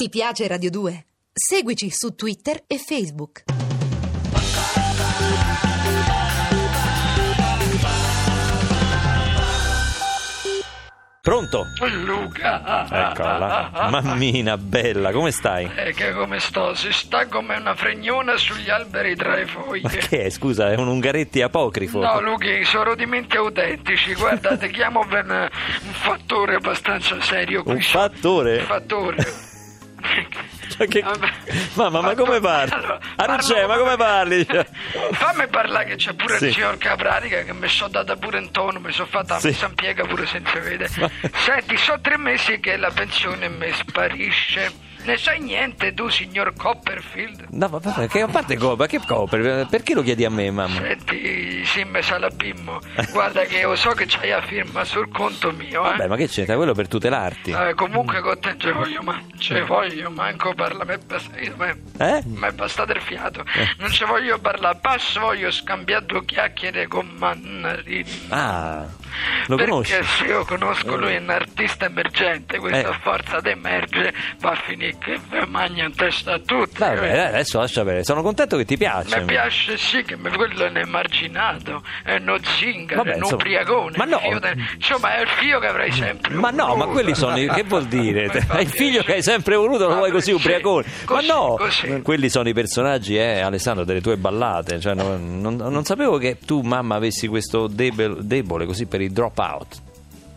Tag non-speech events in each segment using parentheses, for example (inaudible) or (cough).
Ti piace Radio 2? Seguici su Twitter e Facebook. Pronto? Luca! (laughs) Eccola. Mammina bella, come stai? E che come sto? Si sta come una fregnona sugli alberi tra le Ma foglie. che è? Scusa, è un Ungaretti apocrifo. No, Luchi, sono rudimenti autentici. Guarda, ti chiamo per un un fattore abbastanza serio. qui. Un fattore? Un fattore. Cioè, che- Vabbè. Mamma, ma Fatto- come parli? Allora, Ah, non parlo c'è, ma come parli? Cioè, Fammi parlare che c'è pure Sì. il signor Caprarica che mi sono data pure in tono, mi sono fatta la Sì. messa in piega pure senza vedere. Senti, sono tre mesi che la pensione mi sparisce. Ne sai niente tu, signor Copperfield? No, ma vabbè, che a parte Coppa, che copre? Perché lo chiedi a me, mamma? Senti, Simme Salabimmo, guarda che io so che c'hai la firma sul conto mio, eh. Vabbè, ma che c'entra? Quello per tutelarti. Eh, comunque con te ce voglio, ma ce voglio, manco parla, mi è bastato, Eh? mi è bastato il fiato, non ci voglio parlare, passo voglio scambiare due chiacchiere con Mannarin. Ah, lo Perché conosci? se io conosco lui è un artista emergente, questa Eh. forza d'emergere va a finire che ve magna in testa a tutti. Vabbè, eh. dai, adesso lascia perdere. Sono contento che ti piace. Mi piace sì che mi- quello è un emarginato, è uno zingaro, Vabbè, è un insomma, ubriacone. ma è no. un fio del- Insomma, è il figlio che avrei sempre Ma no, ma voluto. quelli sono. i- Che vuol dire? (laughs) Ma Hai infatti, il figlio sì. che hai sempre voluto, lo Ma vuoi così sì, ubriacone? Ma così, no, così. quelli sono i personaggi, eh, Alessandro, delle tue ballate. Cioè, non, non- non sapevo che tu, mamma, avessi questo debole, debole così per il drop out.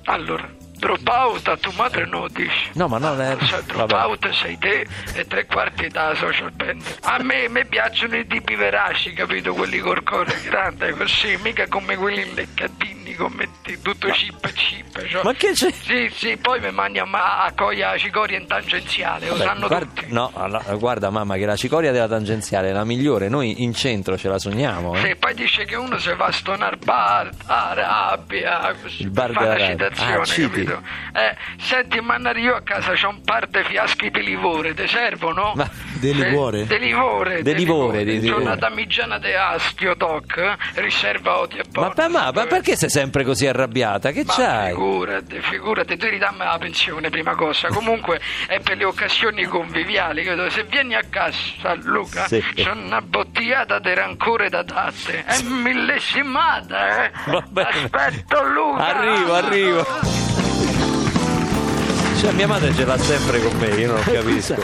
Allora, drop out a tua madre non lo dici. No, ma non è. Cioè, drop vabbè. out sei te e tre quarti da social band. A me mi piacciono i tipi veraci, capito? Quelli col cuore grande, così, mica come quelli leccatini, come te, tutto chip e chip. Cioè. Ma che c'è? Sì, sì, poi mi mangia ma- a coia cicoria in tangenziale, lo Beh, sanno guarda, tutti. no, alla- guarda mamma che la cicoria della tangenziale è la migliore, noi in centro ce la sogniamo. eh. Se poi dice che uno si va a stonare bar, Arabia, così, Il bar fa una dell'Arabia. citazione, Ah, citi. capito? Eh, senti, mannari, io a casa c'ho un par di fiaschi di livore, ti servono? Ma- Di livore? Di livore, Di di livore, livore. di C'ho livore. una damigiana di Astio Doc, eh, riserva Oti e Ma, Bonus. ma- ma- ma perché sei sempre così arrabbiata? Che Ma c'hai? figurati, figurati, tu ridammi la pensione prima cosa. Comunque è per le occasioni conviviali. credo. Se vieni a casa, Luca, Sì. c'è una bottigliata di rancore da date. È millesimata, eh. (laughs) Va bene. Aspetto, Luca. Arrivo, arrivo. Cioè, mia madre ce l'ha sempre Eh, con me, io non capisco.